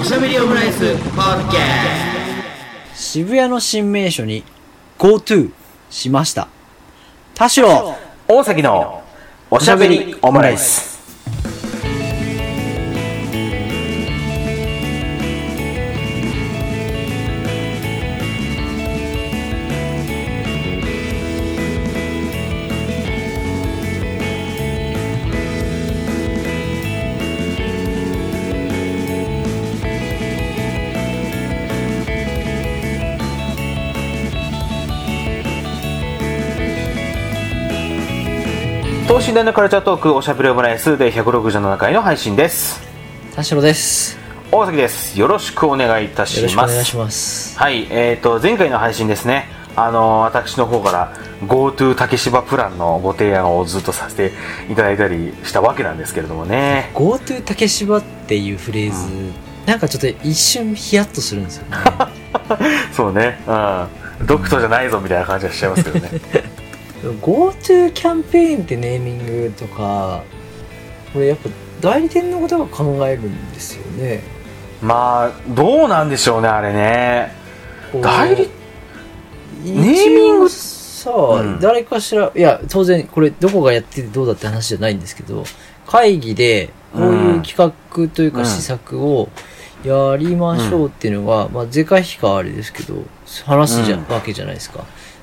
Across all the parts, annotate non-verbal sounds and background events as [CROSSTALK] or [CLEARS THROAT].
おしゃべりオムライスポッケ渋谷の新名所に GoTo しました。田代大崎のおしゃべりオムライス。等身大のカルチャートークおしゃべりオムライスで167回の配信です。田代です。大崎です。よろしくお願いいたしよろしくおます。願いします。はい、えー、と、前回の配信ですね。あのー私の方から GoTo 竹芝プランのご提案をずっとさせていただいたりしたわけなんですけれども [LAUGHS] ね。 GoTo 竹芝っていうフレーズ、なんかちょっと一瞬ヒヤッとするんです [LAUGHS] よね。そうね。うん。ドクトじゃないぞみたいな感じがしちゃいますけどね。 [LAUGHS] でも GoTo キャンペーンってネーミングとか、これやっぱ代理店のことが考えるんですよね。まあ、どうなんでしょうね、あれね。こう代理一応ネーミングさ、うん誰かしらいや当然これどこがやっててどうだって話じゃないんですけど会議でこういう企画といううかん施策をやりましょうっていうのが、まあ是か非かあれですけど話すじゃ、うんわけじゃないですか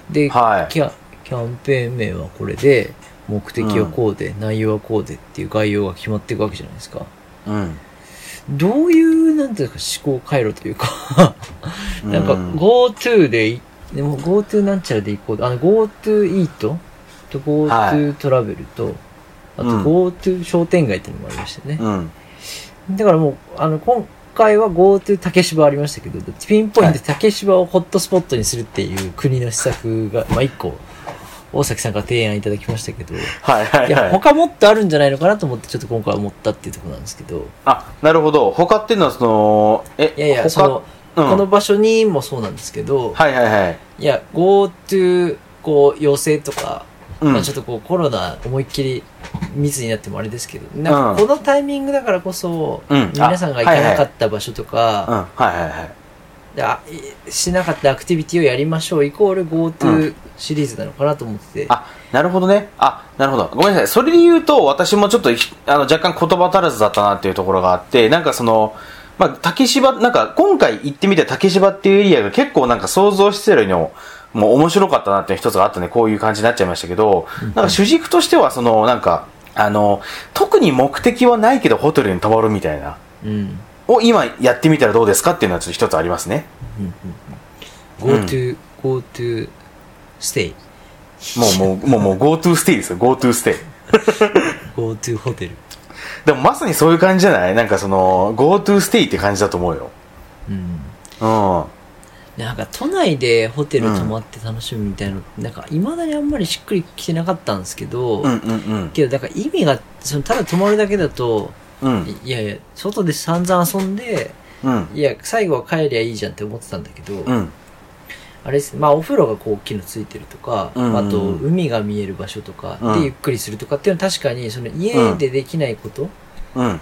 で、はい。キャキャンペーン名はこれで目的はこうで、内容はこうでっていう概要が決まっていくわけじゃないですかうん。どういうなんていうか思考回路というかなんかう GoTo でい、でも GoTo なんちゃらで行こう。あの GoToEat とはい GoTo トラベルと、あとうん GoTo 商店街っていうのもありましたね。うん。だからもう、あの、今回は GoTo 竹芝ありましたけど、ピンポイントで竹芝をホットスポットにするっていう国の施策が、まあ一個、大崎さんから提案いただきましたけど、いはいはいはや、い。他もっとあるんじゃないのかなと思って、ちょっと今回思ったっていうところなんですけど、あ、なるほど。他っていうのは、その、え、いやいや、他その、うんこの場所にもそうなんですけど、はいはいはい。いや、GoTo、こう、要請とか、うん。まあちょっとこう、コロナ思いっきり密になってもあれですけど、なんかうんこのタイミングだからこそ、うん皆さんが行かなかった場所とうん。か、はいはいはい。であいしなかったアクティビティをやりましょう、イコールう GoTo シリーズなのかなと思ってて、あ、なるほどね。あ、なるほど。ごめんなさい。それで言うと、私もちょっとひ、あの、若干言葉足らずだったなっていうところがあって、なんかその、まあ、竹芝、なんか、今回行ってみた竹芝っていうエリアが結構なんか想像してるのも面白かったなっていう一つがあったね。こういう感じになっちゃいましたけど、なんか主軸としては、その、なんか、あの、特に目的はないけどホテルに泊まるみたいな、うん。うんを今やってみたらどうですかっていうのはちょっと一つありますね。うん GoTo、GoTo ステイ、もう、もう、もう、もう GoTo ステイですよ。GoTo ステイ。 GoTo ホテル。でもまさにそういう感じじゃないなんかその GoTo ステイって感じだと思うよ。うん。うん。なんか都内でホテル泊まって楽しむみたいなの、なんか未だにあんまりしっくりきてなかったんですけど、うんうんけど、だから意味が、その、ただ泊まるだけだと、うん。うん。いいやいや、外で散々遊んで、うん。いや、最後は帰りゃいいじゃんって思ってたんだけど、うん。あれですね、まあお風呂がこう大きいのついてるとか、うんうんうんあと海が見える場所とか、うんでゆっくりするとかっていうのは確かに、その家でできないこと、うん。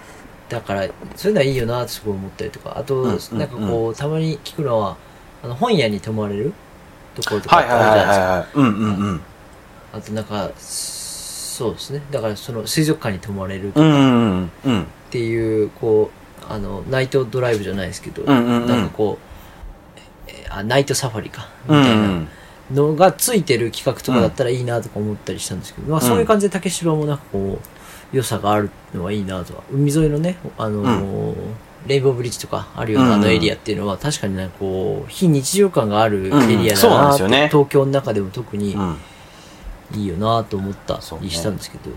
だから、そういうのはいいよなってすごい思ったりとか、あと、うんうんうんなんかこう、たまに聞くのは、あの、本屋に泊まれるところとかあはいはいるじゃないではいすか。はい。うんうんうん。あとなんか、そうですね。だからその水族館に泊まれるうんうんうん。っていうこうあのナイトドライブじゃないですけど、うんうんうんなんかこうえあナイトサファリかみうんう。たいなんのがついてる企画とかだったらいいなとか思ったりしたんですけど、まあ、そういう感じで竹芝もなんかこう良さがあるのはいいなとは海沿いのねあのーレインボーブリッジとかあるよううんうなんあのエリアっていうのは確かになんかこう非日常感があるエリアそうなだなんですと、よね東京の中でも特にうん。いいよなと思ったそうねりしたんですけど、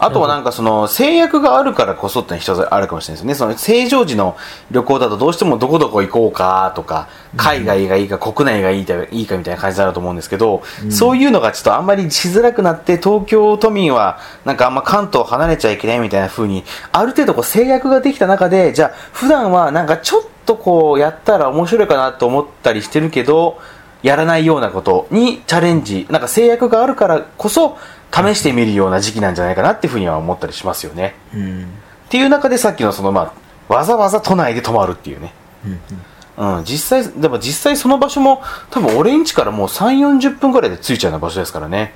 あとはなんかその制約があるからこそってのは一つあるかもしれないですね。その正常時の旅行だとどうしてもどこどこ行こうかとか、海外がいいか国内がいいかいいかみたいな感じになると思うんですけど、そういうのがちょっとあんまりしづらくなって東京都民はなんかあんま関東離れちゃいけないみたいな風に、ある程度こう制約ができた中で、じゃあ普段はなんかちょっとこうやったら面白いかなと思ったりしてるけど、やらないようなことにチャレンジなんか制約があるからこそ試してみるような時期なんじゃないかなっていうふうには思ったりしますよね。うんっていう中でさっきのそのまあわざわざ都内で泊まるっていうね。うん、実際、でも実際その場所も、多分俺ん家からもう3、40分ぐらいで着いちゃうような場所ですからね。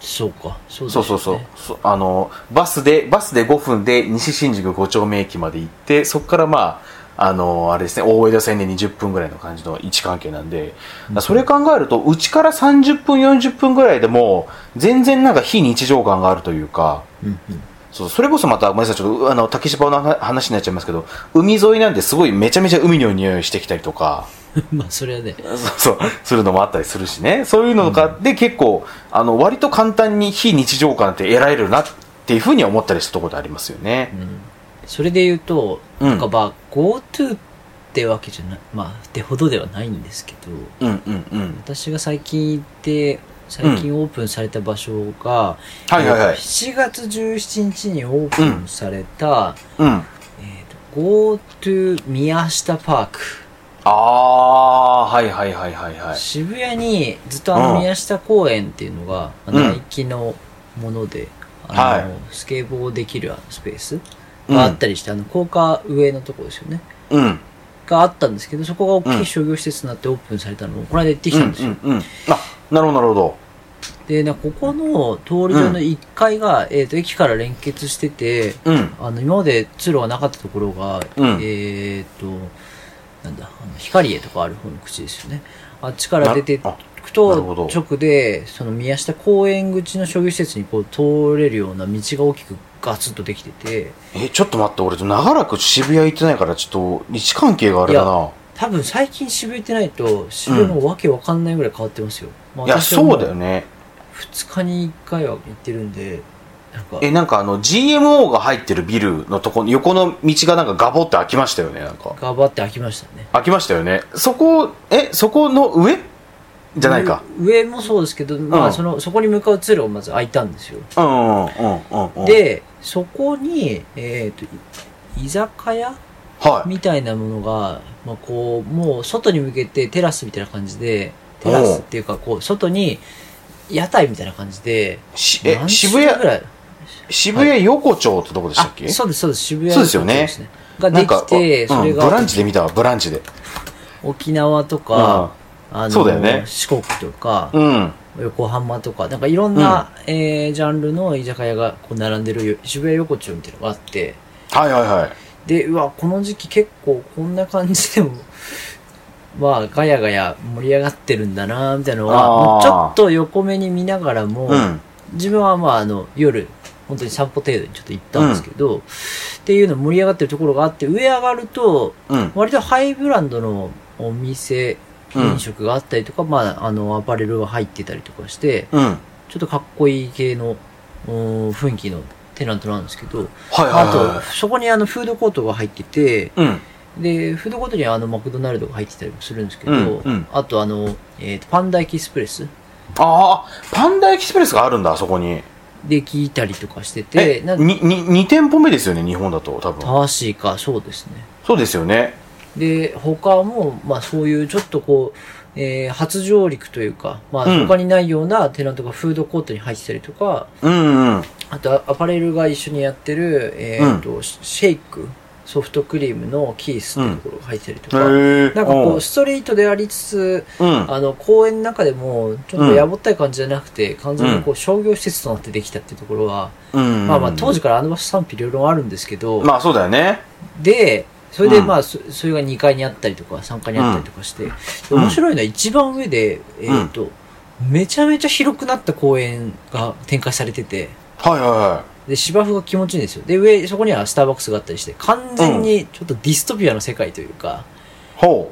そうか。そうですそうねそうそう。そあの、バスで、バスで5分で西新宿5丁目駅まで行って、そこからまあ、あの、あれですね、大江戸線で20分ぐらいの感じの位置関係なんで、それ考えると、うちから30分、40分ぐらいでも、全然なんか非日常感があるというか、うんうん。そうそれこそまた、ごめんなさい、ちょっと、あの、竹芝の話になっちゃいますけど、海沿いなんですごいめちゃめちゃ海の匂いしてきたりとか、まあ、それはね、そうそう、するのもあったりするしね。そういうのとかで結構、あの、割と簡単に非日常感って得られるなっていうふうには思ったりしたところでありますよね。それで言うと、うんなんかまあ、GoTo ってわけじゃない、まあ、ってほどではないんですけど、うんうんうん。私が最近行って、最近オープンされた場所が、はいはいはい。 7月17日にオープンされた、うん。あえーと GoTo 宮下パーク、あー、はいはいはいはいはい。渋谷にずっとあうんの宮下公園っていうのが、んナイキのもので、あのはスケボーできるあのスペースうんがあったりして、あの高架上のところですよねうん。があったんですけどそこが大きうんい商業施設になってオープンされたのをこの間行ってきうんうたんですよ、んうん。あ、なるほどなるほど。でなんかここの通り上の1階が、えー、と駅から連結しててうん。あの今まで通路がなかったところが、うんえっ、となんだあの光栄とかある方の口ですよねあっちから出てなあくなるほどと直でその宮下公園口の商業施設にこう通れるような道が大きくガツンとできててえ、ちょっと待って、俺長らく渋谷行ってないから、ちょっと、位置関係があれだな。多分最近渋谷行ってないと渋谷のわけわかんないぐらい変わってますよ、まあいや、私はもそうだよね。 2日に1回は行ってるんでなんかえ、なんかあの、GMO が入ってるビルのとこ、横の道がなんかガボって開きましたよね、なんか。頑張って飽きましたね開きましたよねそこえそこの上じゃないか上上もそうですけど、まうんあ、そのそこに向かう通路をまず開いたんですようんうんうんうんうんでそこに、えー、とい居酒屋はいみたいなものが、まあ、こうもう外に向けてテラスみたいな感じでテラスっていうかこう外に屋台みたいな感じでしえ何渋種類ぐ谷らい渋谷横丁ってどこでしたっけ、あそうですそうです渋谷そうですよねそうができてなんかそれうん、ブラがンチで見たわブランチで沖縄とか、あのそうだよね四国とか、うんうん横浜とかなんかいろんな、えージャンルの居酒屋がこう並んでるよ渋谷横丁みたいなのがあってはいはいはいでうわこの時期結構こんな感じでも [LAUGHS] まあガヤガヤ盛り上がってるんだなみたいなのはあーもうちょっと横目に見ながらも、うん自分はまああの夜本当に散歩程度にちょっと行ったんですけど、っていうの盛り上がってるところがあって上上がるとうん割とハイブランドのお店うん飲食があったりとか、まあ、あのアパレルが入ってたりとかしてうんはいちょっとかっこいい系のうん雰囲気のテナントなんですけど、はいはいあはとそこにあのフードコートが入ってていうんでフードコートにはあのマクドナルドが入ってたりもするんですけど、うんうんあとあの、えーとパンダエキスプレスああパンダエキスプレスがあるんだあそこにで聞いたりとかしててえなにに2店舗目ですよね日本だと多分正しいかそうですねそうですよねで他も、まあ、そういうちょっとこう、えー初上陸というか、まあ、うん他にないようなテナントがフードコートに入ってたりとか、うんうんあとアアパレルが一緒にやってる、えーとシシェイクソフトクリームのキースっていうところが入ってたりとへえか、なんかこううストリートでありつつうんあの公園の中でもちょっとやぼったい感じじゃなくて、完全にこう商業施設となってできたっていうところは、うんまあまあ当時からあの場所賛否両論あるんですけど、まあそうだよねで、それでうんまあ、そそれが2階にあったりとか、3階にあったりとかして、でうん面白いのは一番上で、えっ、と、めちゃめちゃ広くなった公園が展開されてて、はいはいはいで、芝生が気持ちいいんですよ。で、上、そこにはスターバックスがあったりして、完全にちょっとディストピアの世界というか、ほ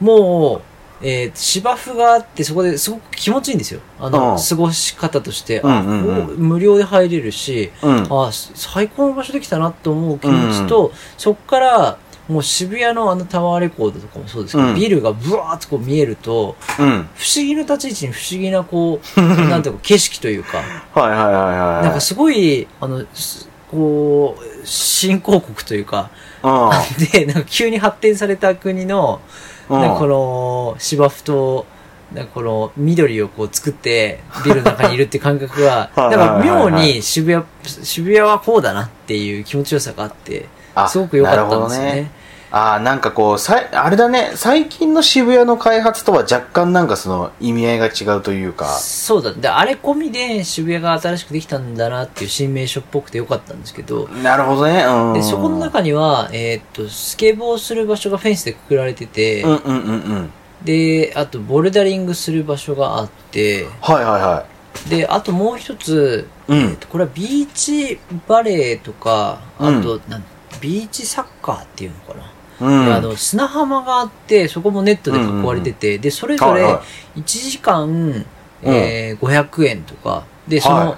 もう、えー芝生があって、そこですごく気持ちいいんですよ。あの、うん過ごし方として、うあんうんうんもう無料で入れるし、ううんあす最高の場所できたなと思う気持ちと、そこからもう渋谷のあのタワーレコードとかもそうですけど、うんビルがブワーッとこう見えるとうん不思議な立ち位置に不思議なこ [LAUGHS] うなんていうか景色というかはいはいはいはい。なんかすごいあのすこう新興国というかうで [LAUGHS] なんか急に発展された国のん。なんかこうんの芝生となんかこの緑をこう作ってビルの中にいるって感覚が [LAUGHS] はないんはいかはいは妙いに渋谷渋谷はこうだなっていう気持ちよさがあってあすごく良かったんですよねなるほどねああなんかこうさいあれだね最近の渋谷の開発とは若干なんかその意味合いが違うというかそうだ。で、あれ込みで渋谷が新しくできたんだなっていう新名所っぽくてよかったんですけど、なるほどねうんで、そこの中には、えーっと、スケボーする場所がフェンスでくくられてて、うんうんうんうんで、あと、ボルダリングする場所があって、はいはいはで、あともう一つ、いうんえっとこれはビーチバレーとか、あと、なんビーチサッカーっていうのかな。うんであの砂浜があって、そこもネットで囲われてて、で、それぞはいれは1時間、えー500円とか、で、その、はい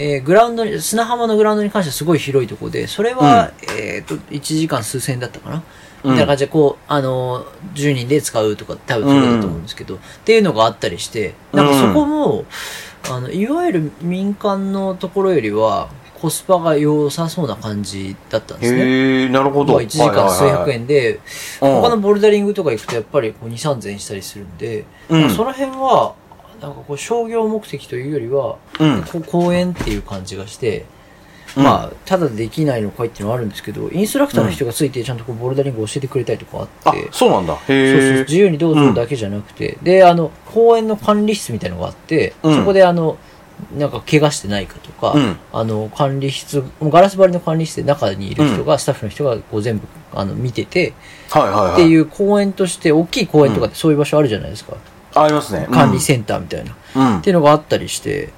えーグラウンドに、砂浜のグラウンドに関してはすごい広いところで、それは、えっ、と、1時間数千円だったかな。うんみたいな感じで、こう、あのー、10人で使うとか、多分それだと思うんですけど、っていうのがあったりして、なんかそこも、あの、いわゆる民間のところよりは、コスパが良さそうな感じだったんですね。へえなるほどまあ、1時間数百円で、はいはいはい他のボルダリングとか行くとやっぱりこう2、3千円したりするんで、うんまあその辺は、なんかこう商業目的というよりは、うんうんこう公園っていう感じがして、うんまあ、ただできないのかいっていうのはあるんですけど、インストラクターの人がついてちゃんとこうボルダリングを教えてくれたりとかああって、そうなんだそうそうへえ自由にどうぞだけじゃなくて、で、あの、公園の管理室みたいのがあって、うんそこであの、なんか怪我してないかとか、うんあの、管理室、ガラス張りの管理室で中にいる人が、スタッフの人がこう全部、あの、見てて、はいはいはいっていうう公園として、大きい公園とかってそういう場所あるじゃないですか。ありますね管理センターみたいな。っうんうんていうのがあったりして、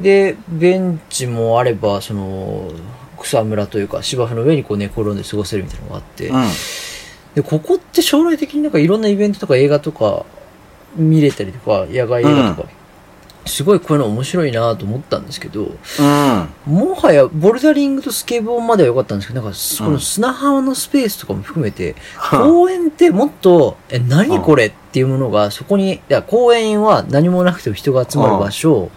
で、ベンチもあれば、その、草むらというか芝生の上にこう寝転んで過ごせるみたいなのがあって、うんで、ここって将来的になんかいろんなイベントとか映画とか見れたりとか、野外映画とか、すごいこういうの面白いなと思ったんですけど、うんもはやボルダリングとスケボーまでは良かったんですけど、なんかすこの砂浜のスペースとかも含めて、公園ってもっと、え、何これっていうものがそこに、いや公園は何もなくても人が集まる場所、うん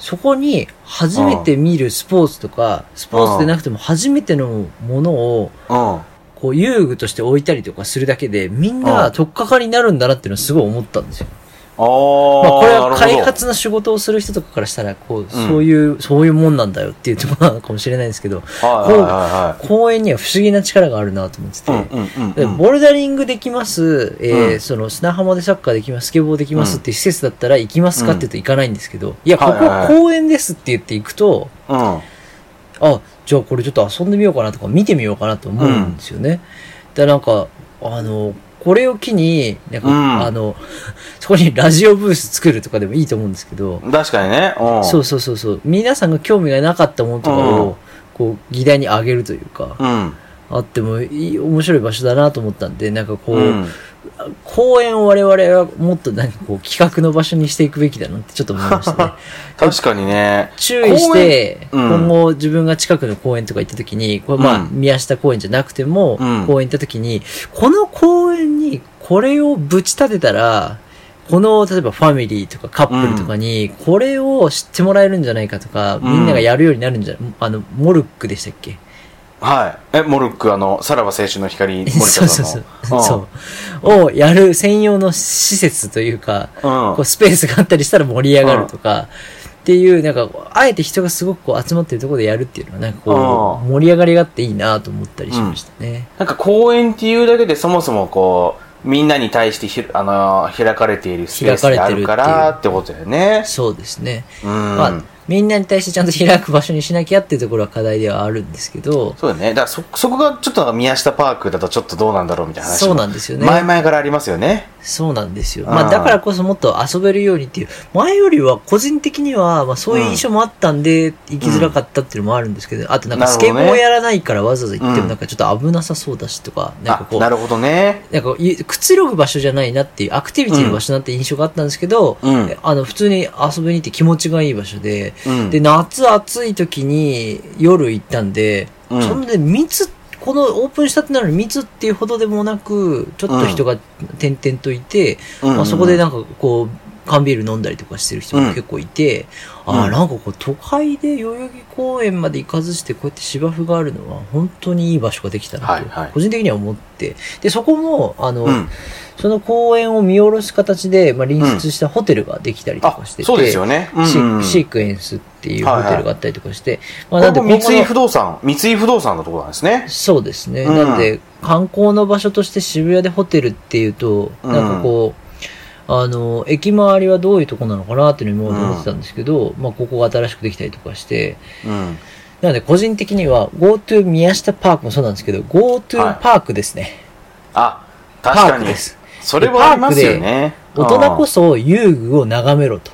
そこに初めて見るスポーツとか、スポーツでなくても初めてのものを、うんこう遊具として置いたりとかするだけで、みんなうがん取っかかりになるんだなっていうのはすごい思ったんですよ。あまあこれあはなる開ほど発の仕事をする人とかからしたら、こう、そういう、そういうもんなんだよっていうところなのかもしれないですけど、はいは公園には不思議な力があるなと思っていてはいはい、うんうんでうんうんボルダリングできます、えーうんその砂浜でサッカーできます、スケボーできますっていう施設だったら行きますかって言うと行かないんですけど、いや、ここはいはいはい公園ですって言って行くと、うんあ、じゃあこれちょっと遊んでみようかなとか見てみようかなと思うんですよね。で、なんか、あの、これを機に、なんか、うんあの、 [LAUGHS] そこにラジオブース作るとかでもいいと思うんですけど、確かにね。うん。そうそうそうそう、皆さんが興味がなかったものとかうんを、こう、議題に上げるというか、うん。あってもいい、面白い場所だなと思ったんで、なんかこう、うん。公園を我々はもっとなんかこう、企画の場所にしていくべきだなってちょっと思いましたね。 [LAUGHS] 確かにね。注意して、公園うん今後自分が近くの公園とか行った時に、これまあ、うん宮下公園じゃなくても、うん公園行った時に、この公園にこれをぶち立てたら、この、例えばファミリーとかカップルとかに、これを知ってもらえるんじゃないかとか、んみんながやるようになるんじゃ、あの、モルックでしたっけはい。え、モルック、あの、さらば青春の光、森田 [LAUGHS] さそんうの。そうそう。そう。をやる専用の施設というか、うん。こうスペースがあったりしたら盛り上がるとか、っていう、なんか、あえて人がすごくこう集まってるところでやるっていうのは、なんかこうう、盛り上がりがあっていいなと思ったりしましたね。なんか公園っていうだけでそもそもこう、みんなに対してひ、あの、開かれているスペースであるからってことだよね。そうですね。うん。まあ、みんなに対してちゃんと開く場所にしなきゃっていうところは課題ではあるんですけど、そうだね。だからそ、そこがちょっと宮下パークだとちょっとどうなんだろうみたいな話もそうなんですよね前々からありますよね。そうなんですよ。うんまあ、だからこそもっと遊べるようにっていう、前よりは個人的には、まあ、そういう印象もあったんで、行きづらかったっていうのもあるんですけど、あとなんかなるスほどケねボーやらないからわざわざ行ってうんもなんかちょっと危なさそうだしとか、なんかあこ、うな、るほどね。なんかい、くつろぐ場所じゃないなっていう、アクティビティの場所だって印象があったんですけど、うんえあの、普通に遊びに行って気持ちがいい場所で、うんで、夏暑い時に夜行ったんで、うんそんで密、このオープンしたってなのに密っていうほどでもなく、ちょっと人が点々といて、うんまあ、そこでなんかこう、缶ビール飲んだりとかしてる人も結構いて、うんあうあ、んなんかこう都会で代々木公園まで行かずしてこうやって芝生があるのは本当にいい場所ができたなはいと、はい個人的には思って。で、そこも、あの、うん。その公園を見下ろす形で、まあ、隣接したホテルができたりとあかし、てて、そうですよね。うんシうんうんシークエンスっていうホテルがあったりとかして、こまあれなんでも三井今後不の動産、三井不動産のところなんですね。そうですね。うんなんで、観光の場所として渋谷でホテルっていうと、うんなんかこう、あの、駅周りはどういうとこなのかなっていうのを今まで思ってたんですけど、まあ、ここが新しくできたりとかして、うん。なので、個人的には GoTo 宮下パークもそうなんですけど、GoTo パークですね。あ、パ確かークにで。す。それはありますよね。大人こそ遊具を眺めろと。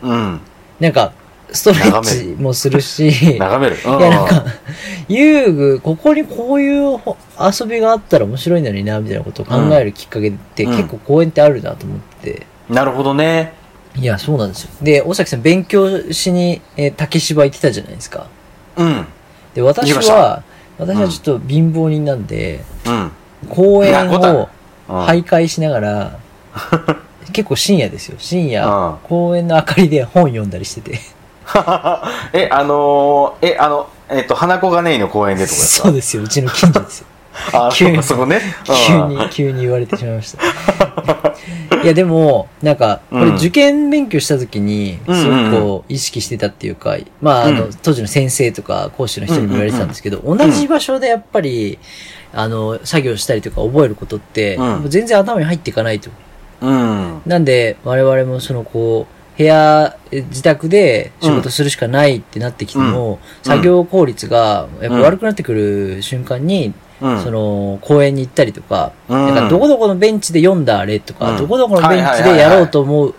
そ。うん。なんか、ストレッチもするし、眺める。うんいや、なんか、遊具、ここにこういうほ遊びがあったら面白いのにな、みたいなことを考えるきっかけって、うん結構公園ってあるなと思って。なるほどね。いや、そうなんですよ。で、大崎さん勉強しに、えー竹芝行ってたじゃないですか。うん。で、私行きましは、私はちょっと貧乏人なんで、うん。公園いや答をうん徘徊しながら、結構深夜ですよ。深うん夜、公園の明かりで本読んだりしてて。 [LAUGHS] え、あのー、え、あの、えっと、花子金井の公園でとかです [LAUGHS] そうですよ。うちの近所ですよ。かあ、急そうにか、そこね。急に、急に言われてしまいま [LAUGHS] した。いや、でも、なんか、これうん受験勉強した時に、うんすうんうんごくこう、意識してたっていうか、まあ、あうのん、当時の先生とか講師の人にも言われてたんですけど、ん同じ場所でやっぱり、あの、作業したりとか覚えることって、うんやっぱ全然頭に入っていかないと。うん。うん。なんで、我々もその、こう、部屋、え自宅で仕事するしかないってなってきても、作業効率が、やっぱ悪くなってくる瞬間に、うん。その、公園に行ったりとか、うんなんかどこどこのベンチで読んだあれとか、うんどこどこのベンチでやろうと思う。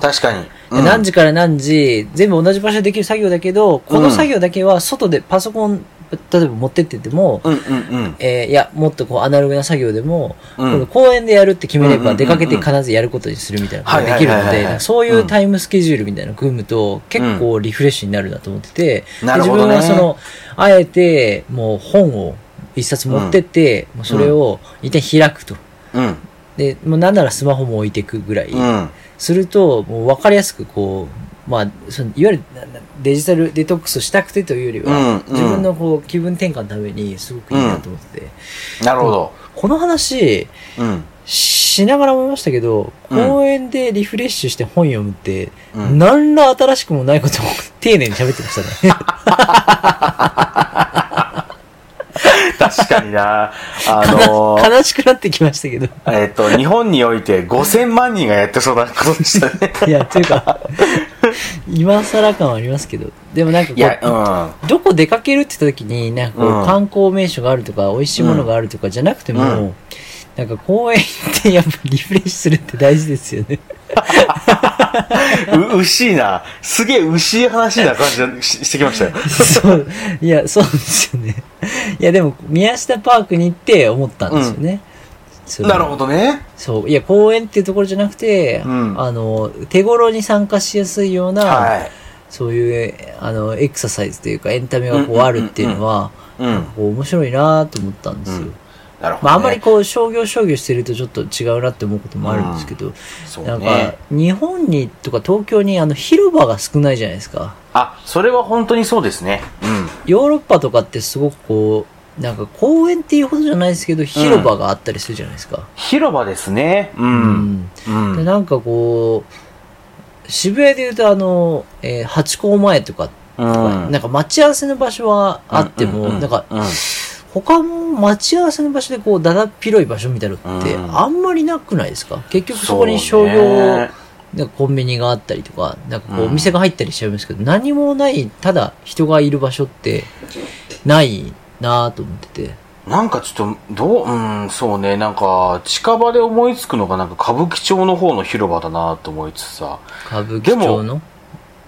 確かに。で何時から何時、全部同じ場所でできる作業だけど、この作業だけは外でパソコン、例えば持ってってても、うんうんえーいや、もっとこうアナログな作業でも、うん。こうのん。公園でやるって決めれうんうんうばんうん出かけて必ずやることにするみたいなことができるはいのはいはいはいで、はいなんかそういうタイムスケジュールみたいなの組むと結構リフレッシュになるなと思ってて、なでる自ほど分ね。はその、あえてもう本を一冊持ってって、もうそれを一旦開くと。うん。で、もうなんならスマホも置いていくぐらい。うん。すると、もう分かりやすくこう、まあ、そのいわゆるななデジタルデトックスしたくてというよりうんは、うん自分のこう気分転換のためにすごくいいなと思ってて、なるほど。この話うん。しながら思いましたけど、うん公園でリフレッシュして本読むって、うん何ら新しくもないことを [LAUGHS] 丁寧に喋ってましたね。確か [LAUGHS] にな。あのー、悲しくなってきましたけど。えっと、日本において5000万人がやってそうなことでしたね。いや、という [LAUGHS] か、今更感はありますけど、でもなんかこ、いうや、うん。どこ出かけるって言った時に、なんかこう、うん観光名所があるとか、美味しいものがあるとかじゃなくても、うんなんか公園行ってやっぱリフレッシュするって大事ですよね。う、牛いな。すげえ牛い話な感じがししてきましたよ。そう、いや、そうですよね。いや、でも、宮下パークに行って思ったんですよね。そのなるほどね。そう、いや、公園っていうところじゃなくて、うんあの、手頃に参加しやすいような、はい。そういう、あの、エクササイズというか、エンタメがこうあるっていうのは、うん。こう面白いなと思ったんですよ。うんなるほまあ、ど、ね。あんまりこう商業商業してるとちょっと違うなって思うこともあるんですけど、そうなんかね。日本にとか東京にあの広場が少ないじゃないですかあ、それは本当にそうですね。うん。ヨーロッパとかってすごくこうなんか公園っていうほどじゃないですけど広場があったりするじゃないですか、広場ですね。う。うんうん。でなんかこう渋谷でいうとあの、えー、八甲前とかうなんか待ち合わせの場所はあっても、うううなんかうん他も待ち合わせの場所でこうだだっ広い場所みたいなのってうんあんまりなくないですか、結局そこに商業そうねなんかコンビニがあったりとか、なんかこううんお店が入ったりしちゃいますけど、何もない、ただ人がいる場所ってないなぁと思ってて。なんかちょっと、どう、うん、そうね、なんか、近場で思いつくのが、なんか歌舞伎町の方の広場だなと思いつつさ、歌舞伎町の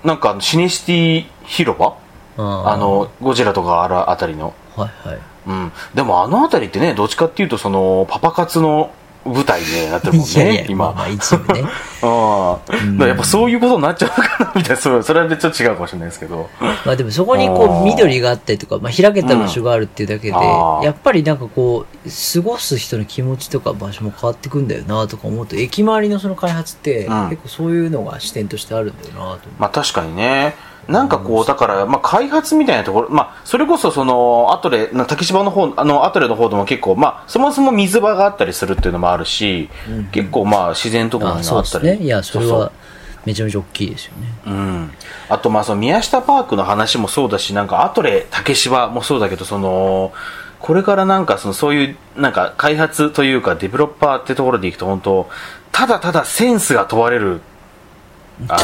なんかあの、シネシティ広場ああ、の、ゴジラとかあらあたりの。はいはい。うん。でもあのあたりってね、どっちかっていうと、その、パパ活の舞台に、ね、なってる [LAUGHS] もんいやいねや、、まあま今。あ一 [LAUGHS] 部ね。ああ。だんからやっぱそういうことになっちゃうのかな、みたいな。それはそれは別に違うかもしれないですけど。まあでもそこにこあーう緑があったりとか、まあ開けた場所があるっていうだけで、うんあーやっぱりなんかこう、過ごす人の気持ちとか場所も変わってくんだよなとか思うと、駅周りのその開発って、うん結構そういうのが視点としてあるんだよなと思まあ確かにね。なんかこう、だから、まあ開発みたいなところ、まあそれこそその、アトレ、な竹芝の方、あの、アトレの方でも結構、まあそもそも水場があったりするっていうのもあるし、うん結構まあ自然とう。かもあねーあそうでったすり。ね。いや、それうはめちゃめちゃ大きいですよね。ううん。あとまあその宮下パークの話もそうだし、なんかアトレ、竹芝もそうだけど、その、これからなんかそのそういう、なんか開発というかデベロッパーってところでいくと本当、ただただセンスが問われる、そうであ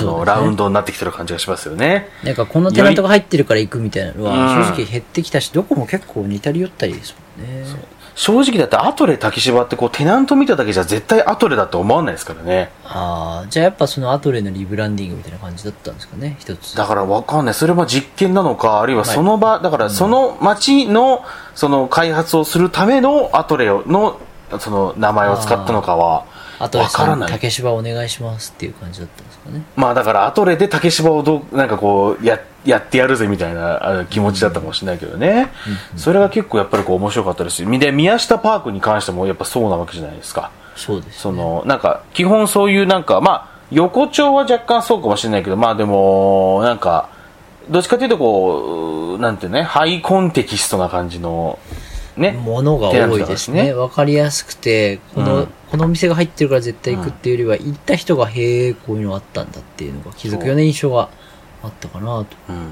すの、ねラウンドになってきてる感じがしますよね。なんかこのテナントが入ってるから行くみたいなのうんは、正直減ってきたし、どこも結構似たり寄ったりですもんね。正直だってアトレ竹芝ってこうテナント見ただけじゃ絶対アトレだと思わないですからねああ、じゃあやっぱそのアトレのリブランディングみたいな感じだったんですかね、一つ。だからわかんないそれも実験なのかあるいははいその場、だからその町のその開発をするためのアトレのその名前を使ったのかはあとはわからさんない竹芝お願いしますっていう感じだったんですかね。まあだからアトレで竹芝をどうなんかこうややってやるぜみたいなあの気持ちだったかもしれないけどね、それが結構やっぱりこう面白かったですしみで宮下パークに関してもやっぱそうなわけじゃないですかそうです、そのなんか基本そういうなんかまあ横丁は若干そうかもしれないけどまあでもなんかどっちかというとこうなんていうねハイコンテキストな感じのねものが多いです手ね。当わ、かりやすくて、この、うんこのお店が入ってるから絶対行くっていうよりは、行った人が、へえ、こういうのあったんだっていうのが気づくような印象があったかなと。うん、だ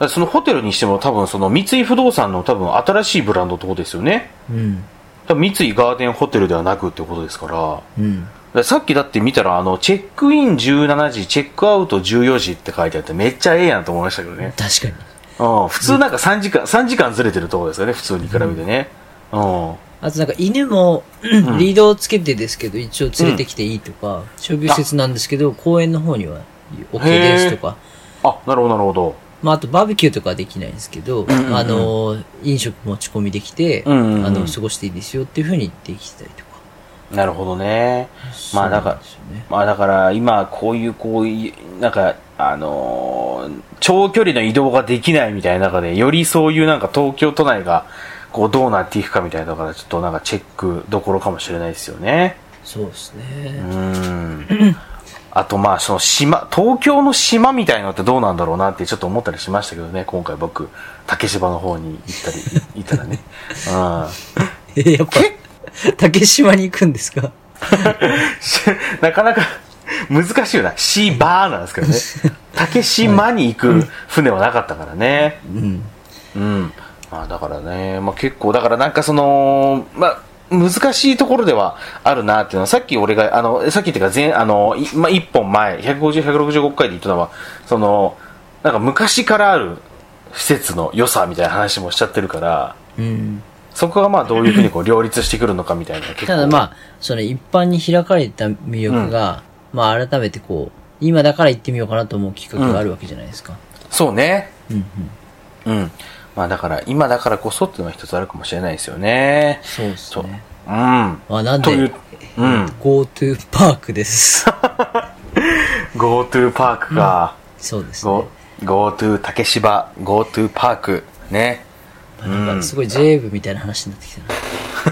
からそのホテルにしても多分その三井不動産の多分新しいブランドってことですよねうん。多分三井ガーデンホテルではなくってことですからだかうん。らさっきだって見たらあのチェックイン17時チェックアウト14時って書いてあってめっちゃええやんと思いましたけどね確かに。うん、普通なんか3時間、三時間ずれてるところですかね、普通に比べてね。うん。あとなんか犬も、ん [CLEARS THROAT] リードをつけてですけど、一応連れてきていいとか、商業施設なんですけど、公園の方には OK ですとか、あ、なるほど、なるほど。まあ、あとバーベキューとかはできないんですけど、んうんうんあの、飲食持ち込みできて、うんうんうんあの、過ごしていいですよっていうふうにできたりとか。なるほどね。まあだかそうらなんですよねまあだから、今、こういう、こういう、なんか、あのー長距離の移動ができないみたいな中で、よりそういうなんか東京都内が、こう、どうなっていくかみたいなところが、ちょっとなんかチェックどころかもしれないですよね。そうですうね。ん。あと、まあ、その島、東京の島みたいのってどうなんだろうなってちょっと思ったりしましたけどね、今回僕、竹芝の方に行ったり、行ったらね。うん。え [LAUGHS] やっぱ、竹島に行くんですかし [LAUGHS] なかなか難しいよな。シーバーなんですけどね。 [LAUGHS] 竹島に行く船はなかったからね。うん。うん。まあだからね、まあ結構、だからなんかその、まあ、難しいところではあるなっていうのは、さっき俺が、あの、さっきっていうか前、あの、いまあ、1本前、150、165回で言ったのは、その、なんか昔からある施設の良さみたいな話もしちゃってるから、うん。そこがまあどういうふうにこう両立してくるのかみたいな。結構ただまあ、その一般に開かれた魅力が、まあ改めてこう、今だから行ってみようかなと思うきっかけがあるわけじゃないですか。そうね。うん、うん、うん。まあだから、今だからこそっていうのは一つあるかもしれないですよね。そうですね。うん。まあなんというで、、うん。 GoTo パーク [LAUGHS] です。 GoTo パークが、そうですね。 Go- GoTo 竹芝、GoTo パーク、ね。なんかすごい J 部みたいな話になってき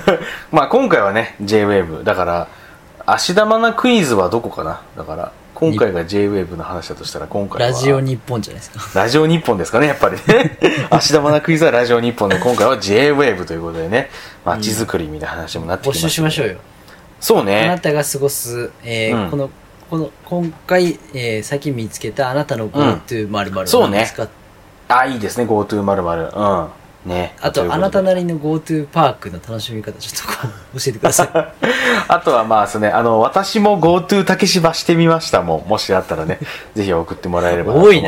たな。 [LAUGHS] まあ今回はね、JWAVE。だから、足玉なクイズはどこかなだから、今回が JWAVE の話だとしたら、今回は。ラジオ日本じゃないですか。ラジオ日本ですかね、やっぱり [LAUGHS] ね。足玉なクイズはラジオ日本で、今回は JWAVE ということでね、街づくりみたいな話にもなってき募ました、集しましょうよ。そうあなね。たが過ごす、えーうんこの、この、今回、えー最近見つけたあなたの GoTo 〇〇そう何ねですか、あ、いいですね、GoTo まるまる。うん。ね。あいうと、こあなたでなりの GoTo パークの楽しみ方、ちょっとこう、教えてくださ [LAUGHS] [LAUGHS] あとはまあ、そうね、あの、私も GoTo 竹芝してみましたもん。もしあったらね、 [LAUGHS] ぜひ送ってもらえればと思ったり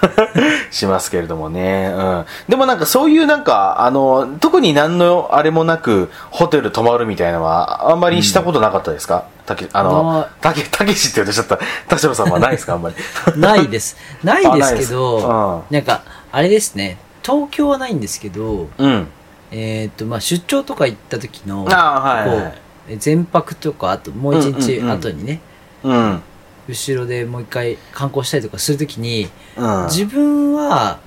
[LAUGHS] しますけれどもね。うん。でもなんかそういうなんか、あの、特に何のあれもなく、ホテル泊まるみたいなのは、あんまりしたことなかったですか、たけ、あなのい、たけ、たけしって言うとちょっと、田代さんはないですかあんまり。い。ないです。ないですけあないど、なんか、あれですね、東京はないんですけど、うん。えっ、と、まあ、出張とか行った時の、ああはいはいこえ全泊とか、あともう一日後にね、うん。後ろでもう一回観光したりとかするときに、うん。自分は、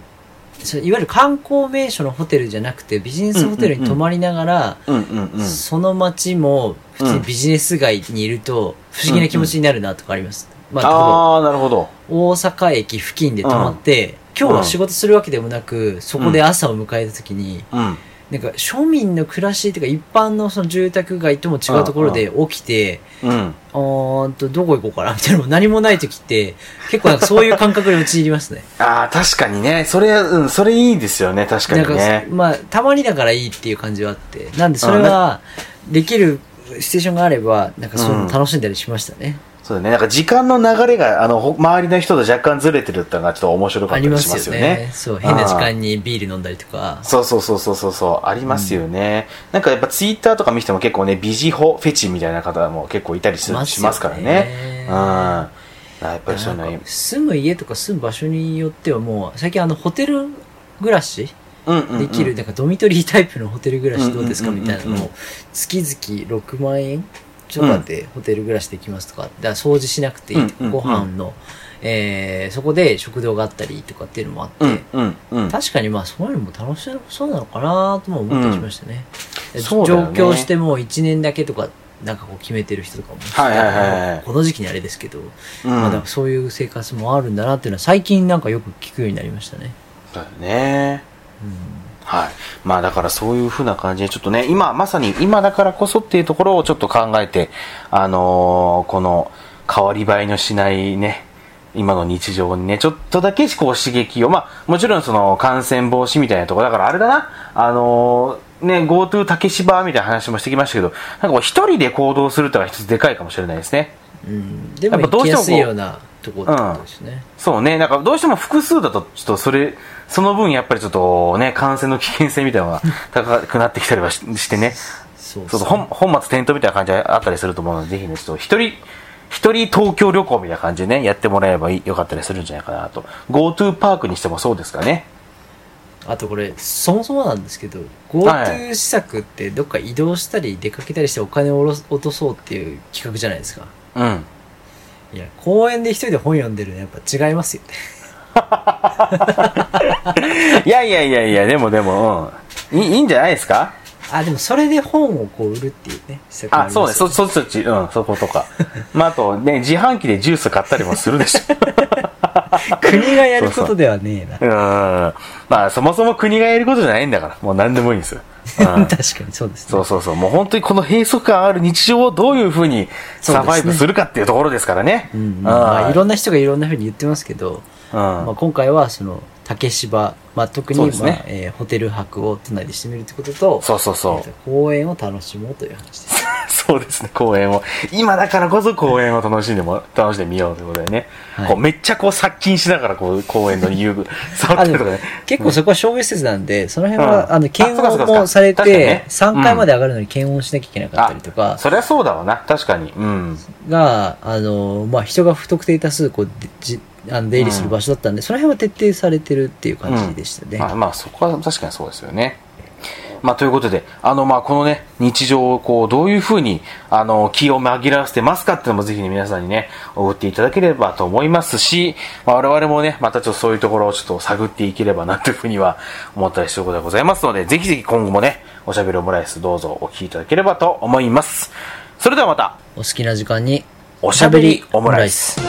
そういわゆる観光名所のホテルじゃなくてビジネスホテルに泊まりながら、うんうんうん。その街も普通にビジネス街にいると不思議な気持ちになるなとかあります。まあ、ああ、なるほど。大阪駅付近で泊まって、今日は仕事するわけでもなく、そこで朝を迎えた時に、うん。なんか庶民の暮らしというか一般のその住宅街とも違うところで起きて、うん。うーんと、どこ行こうかなみたいなのも何もない時って、結構なんかそういう感覚に陥りますね。ああ、確かにね。それ、うん、それいいですよね。 [LAUGHS] 確かなんにか、ね。まあ、たまにだからいいっていう感じはあって。なんで、それは、できるシチュエーションがあれば、なんかそういうの楽しんだりしましたね。そうだね。なんか時間の流れが、あの、ほ周りの人と若干ずれてるってのがちょっと面白かあったりりましますすよよねね。そう、変な時間にビール飲んだりとか。そうそうそうそうそうそう、ありますよね。なんかやっぱツイッターとか見ても結構ね、ビジホフェチみたいな方も結構いたりすいるますよねしますからね。うん。やっぱりそういうのはなんか住む家とか住む場所によってはもう、最近あの、ホテル暮らしうんうんうんできる、なんかドミトリータイプのホテル暮らしどうですかうんうんみうんうたんいなのを、月々6万円ちょっと待って、ホテル暮らしできますとか、だから掃除しなくていいとか、うんうんうごん飯の、えーそこで食堂があったりとかっていうのもあって、うんうんうん。確かにまあそういうのも楽しそうなのかなとも思ったりしましたね。うでんそうだよね上京してもう1年だけとか、なんかこう決めてる人とかも、はいはいはいはいこの時期にあれですけど、うんまあだからそういう生活もあるんだなっていうのは最近なんかよく聞くようになりましたね。そうだよね。うんはい。まあだからそういうふうな感じで、ちょっとね、今、まさに今だからこそっていうところをちょっと考えて、あのーこの変わり映えのしないね、今の日常にね、ちょっとだけこう刺激を、まあもちろんその感染防止みたいなところ、だからあれだな、あのーね、GoTo 竹芝みたいな話もしてきましたけど、なんかこう一人で行動するってのは一つでかいかもしれないですね。うん、でやもっぱど行きやうしてもこうすいようなところってことですね。そうね、なんかどうしても複数だと、ちょっとそれ、その分やっぱりちょっとね、感染の危険性みたいなのが高くなってきたりはししてね、そうそそううそう本本末転倒みたいな感じがあったりすると思うので、ぜひね、ちょっと一人、一人東京旅行みたいな感じでね、やってもらえばいいよかったりするんじゃないかなと。GoTo パークにしてもそうですかね。あとこれ、そもそもなんですけど、はい GoTo 施策ってどっか移動したり出かけたりしてお金を下ろす落とそうっていう企画じゃないですか。うん。いや、公園で一人で本読んでるのやっぱ違いますよね。 [LAUGHS] いやいやいやいや、でもでも、うん。いいいんじゃないですかあ、でもそれで本をこう売るっていうね、施策もあ、りそうまね。すよそ、そ、そっち、うん、そことか。まあ、あとね、自販機でジュース買ったりもするでしょ。国がやることではねえな。うん。まあ、そもそも国がやることじゃないんだから、もう何でもいいんですよ。う [LAUGHS] ん。確かにそうですね。そうそうそう。もう本当にこの閉塞感ある日常をどういうふうにサバイブするかっていうところですからね。うんうん、まああ、あいろんな人がいろんな風に言ってますけど、まあ、今回はその竹芝、まあ、特に、そうまですねあえーホテル泊を都内でしてみるってこととそうそうそうえーと公園を楽しもうという話です。 [LAUGHS] そうですね、公演を。今だからこそ公演を楽しんでも、楽しんでみようということでね。はいこうめっちゃこう殺菌しながらこう公演の遊具、触っあてでるとかも [LAUGHS] ね。結構そこは商業施設なんで、その辺うんは、あの、検あそ温うかそうもかされ確かにて、ね3階まで上がるのに検温しなきゃいけなかったりとか、そりゃそうだわな、確かに。うん。が、あの、まあ、人が不特定多数、こう、でじあの出入りする場所だったんで、その辺は徹底されてるっていう感じでしたね。まあ、まあそこは確かにそうですよね。まあ、ということで、あの、まあ、このね、日常をこう、どういうふうに、あの、気を紛らわせてますかっていうのもぜひね、皆さんにね、送っていただければと思いますし、まあ、我々もね、またちょっとそういうところをちょっと探っていければなというふうには思ったりすることでございますので、ぜひぜひ今後もね、おしゃべりオムライスどうぞお聞きいただければと思います。それではまた、お好きな時間に、おしゃべりオムライス。